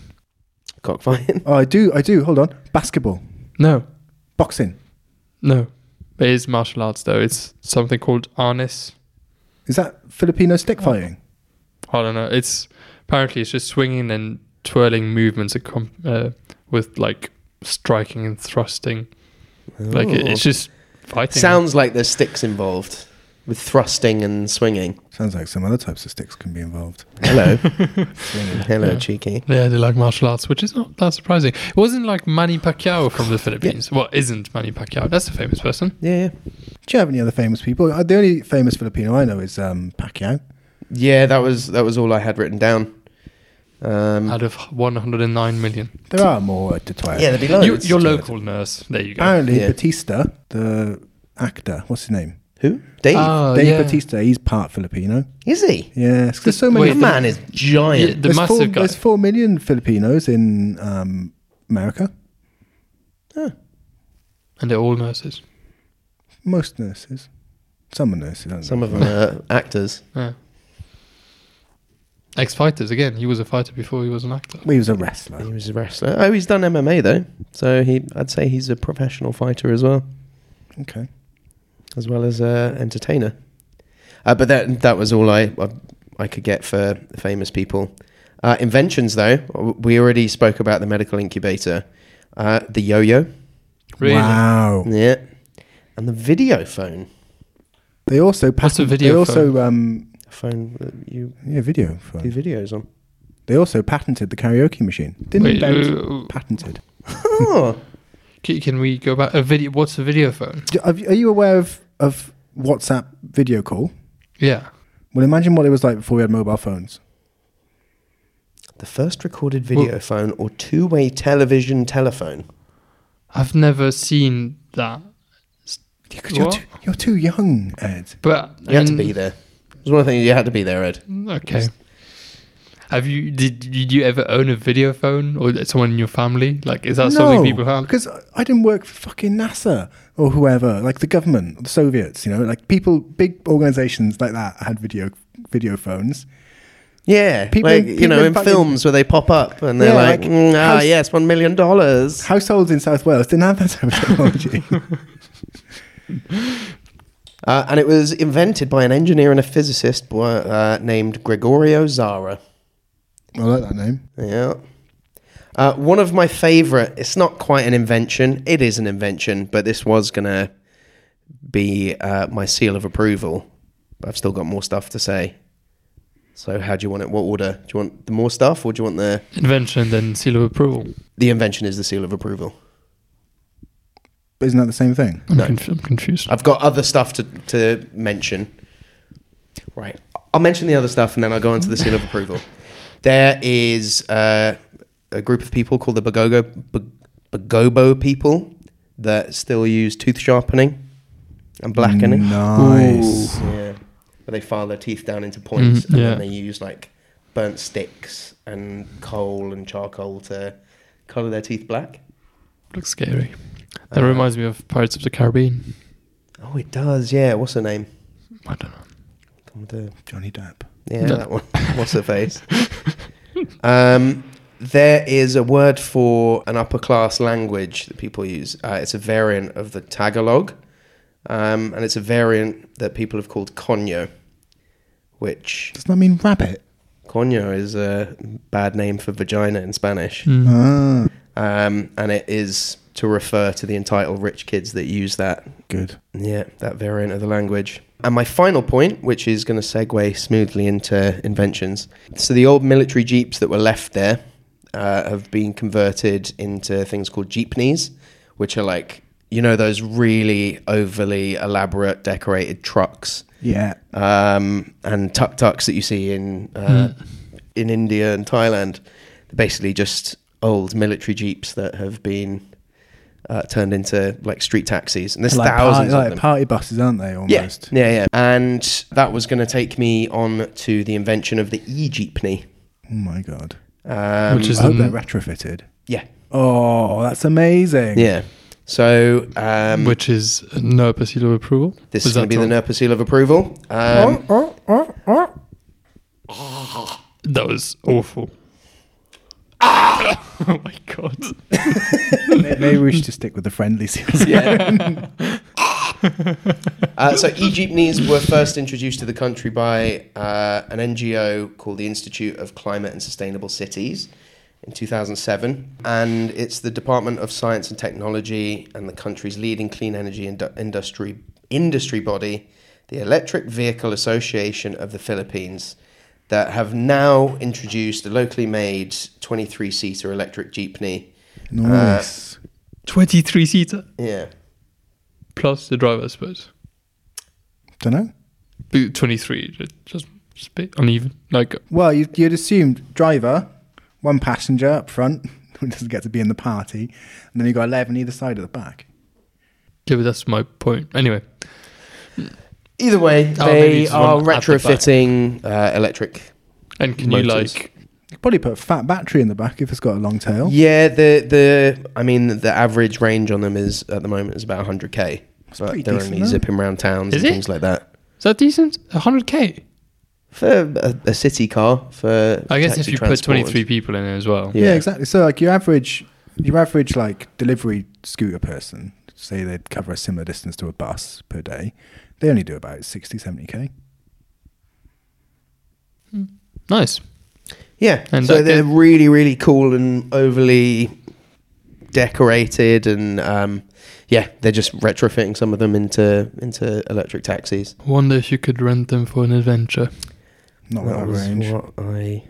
Cockfighting. Oh, I do, I do. Hold on. Basketball, No, boxing. no. It is martial arts though. It's something called arnis. Is that Filipino stick fighting? I don't know. It's apparently it's just swinging and twirling movements that com- uh, with like striking and thrusting. Like it, it's just fighting. Sounds like there's sticks involved with thrusting and swinging. Sounds like some other types of sticks can be involved. Hello. Hello, cheeky. Yeah, they like martial arts, which is not that surprising. It wasn't like Manny Pacquiao from the Philippines. Well, isn't Manny Pacquiao? That's a famous person. Yeah, yeah. Do you have any other famous people? Uh, The only famous Filipino I know is um, Pacquiao. Yeah, that was that was all I had written down. Mm. Um, Out of 109 million. There are more to twelve. yeah, there'd be You, loads. your local nurse. There you go. Oh, Apparently, Yeah. Batista, the actor, what's his name? Who? Dave? Oh, Dave yeah. Batista. He's part Filipino. is he? Yeah, 'cause there's so many. Wait, That man is Yeah, giant. the there's massive four, guy. There's four million Filipinos in um, America. And they're all nurses. Most nurses, some are nurses. I don't Some of them are actors. Yeah. Ex fighters, again. He was a fighter before he was an actor. Well, he was a wrestler. He was a wrestler. Oh, he's done MMA though, so he I'd say he's a professional fighter as well, Okay. as well as a entertainer. Uh, but that that was all I I, I could get for famous people. Uh, inventions though, we already spoke about the medical incubator, uh, the yo-yo, Really? Wow. yeah, and the video phone. They also What's a patent- video They also um, A phone that you yeah, video. do Phone. videos on. They also patented the karaoke machine. Didn't Wait, invent. uh, patented. Oh, c- can we go back? A video? What's a video phone? Do- Are you are you aware of of WhatsApp video call? Yeah. Well, imagine what it was like before we had mobile phones. the first recorded video phone or two-way television telephone. I've never seen that. Yeah, 'cause you're What? too, you're too young, Ed. But You had to and- Mm. be there. It was one of the things you had to be there, Ed. Okay. Have you did, did you ever own a video phone or did someone in your family? Like, is that something people have? because I- I didn't work for fucking NASA or whoever, like the government, the Soviets. You know, like people, big organizations like that had video video phones. Yeah, People- like you people know, in in fucking- films where they pop up and they're Yeah, like, like, "Mm, ah, house- yes, one million dollars. Households in South Wales didn't have that type of technology. Uh, and it was invented by an engineer and a physicist bo- uh, named Gregorio Zara. I like that name. Yeah. Uh, one of my favorite, it's not quite an invention, it is an invention, but this was going to be uh, my seal of approval. But I've still got more stuff to say. So, how do you want it? What order? Do you want the more stuff or do you want the. Invention then seal of approval. The invention is the seal of approval. But isn't that the same thing? I'm, conf- I'm confused. I've got other stuff to, to mention. Right. I'll mention the other stuff and then I'll go on to the seal of approval. There is uh, a group of people called the Bogogo, Bog- Bogobo people that still use tooth sharpening and blackening. Nice. Yeah. Where they file their teeth down into points Mhm, and yeah. then they use like burnt sticks and coal and charcoal to colour their teeth black. Looks scary. That uh, reminds me of Pirates of the Caribbean. Oh, it does. Yeah. What's her name? I don't know. The one with the- Johnny Depp. Yeah, that one. What's her face? um, there is a word for an upper class language that people use. Uh, it's a variant of the Tagalog, um, and it's a variant that people have called Conyo, which Doesn't that mean rabbit? Coño is a bad name for vagina in Spanish. Mm, Ah, Um, and it is to refer to the entitled rich kids that use that, good. yeah, that variant of the language. And my final point, which is going to segue smoothly into inventions. So the old military jeeps that were left there uh, have been converted into things called jeepneys, which are like, you know, those really overly elaborate decorated trucks Yeah. um, and tuk tuks that you see in uh, in India and Thailand. They're basically just old military jeeps that have been uh, turned into like street taxis, and there's like thousands party, like of them. party buses, aren't they? yeah, Almost. yeah, yeah. And that was going to take me on to the invention of the e jeepney. Oh my god. Um, which is I hope they're an, retrofitted. yeah, Oh, that's amazing. yeah. So um, which is a no seal of approval. this Was is going to that be the all? NERPA seal of approval. Um, That was awful. Ah! oh my god! May- Maybe we should just stick with the friendly seals. Uh, so e-jeepneys were first introduced to the country by uh, an NGO called the Institute of Climate and Sustainable Cities in 2007, and it's the Department of Science and Technology and the country's leading clean energy indu- industry industry body, the Electric Vehicle Association of the Philippines, that have now introduced a locally made 23-seater electric jeepney. nice. Twenty-three seater Yeah, plus the driver, I suppose. Don't know. But Twenty-three, ju- just, just a bit uneven. Like Well, you, you'd assumed driver, one passenger up front who doesn't get to be in the party, and then you got eleven either side of the back. Yeah, but that's my point. Anyway, either way, Oh, maybe they it's are one at the back. retrofitting uh, electric and can Motors. you like? You could probably put a fat battery in the back if it's got a long tail. Yeah, the the I mean the average range on them is at the moment is about 100k. pretty But they're decent, only though. zipping around towns Is and it? things like that. Is that decent? hundred k. For a, a city car, for I guess if taxi you put transport. twenty-three people in it as well. Yeah. Yeah. exactly. So like your average, your average like delivery scooter person, say they'd cover a similar distance to a bus per day, they only do about 60, 70 k. Nice. yeah. And so that they're could- really really cool and overly decorated and um, yeah, they're just retrofitting some of them into into electric taxis. Wonder if you could rent them for an adventure. Not that, that was range. what I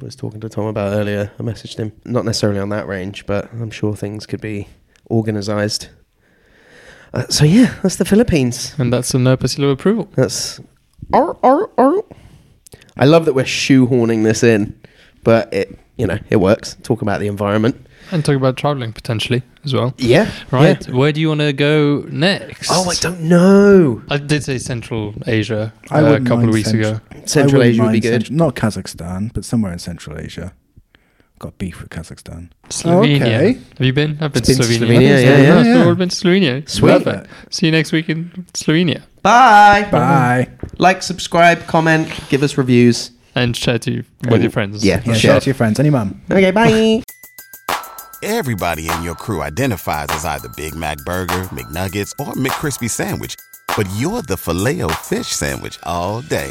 was talking to Tom about earlier. I messaged him, not necessarily on that range, but I'm sure things could be organised. Uh, so yeah, that's the Philippines. And that's a no seal of approval. That's ar, ar, ar. I love that we're shoehorning this in, but it you know it works. Talk about the environment. And talk about traveling potentially as well. Yeah, Right. yeah. Where do you want to go next? Oh, I don't know. I did say Central Asia I uh, a wouldn't couple of mind weeks Central- ago. Central I wouldn't Asia would be mind good. Cent- not Kazakhstan, but somewhere in Central Asia. Got beef with Kazakhstan. Slovenia. Okay. Have you been? I've been Oh, It's to been Slovenia. Slovenia, yeah, yeah. Nice, we've Yeah. all been to Slovenia. Sweet. Perfect. See you next week in Slovenia. Bye. Bye. Like, subscribe, comment, give us reviews. And share to with And- your friends. yeah. Yeah, Sure. share it to your friends. Any mum. Okay, bye. Everybody in your crew identifies as either Big Mac Burger, McNuggets, or McCrispy Sandwich. But you're the filet fish Sandwich all day.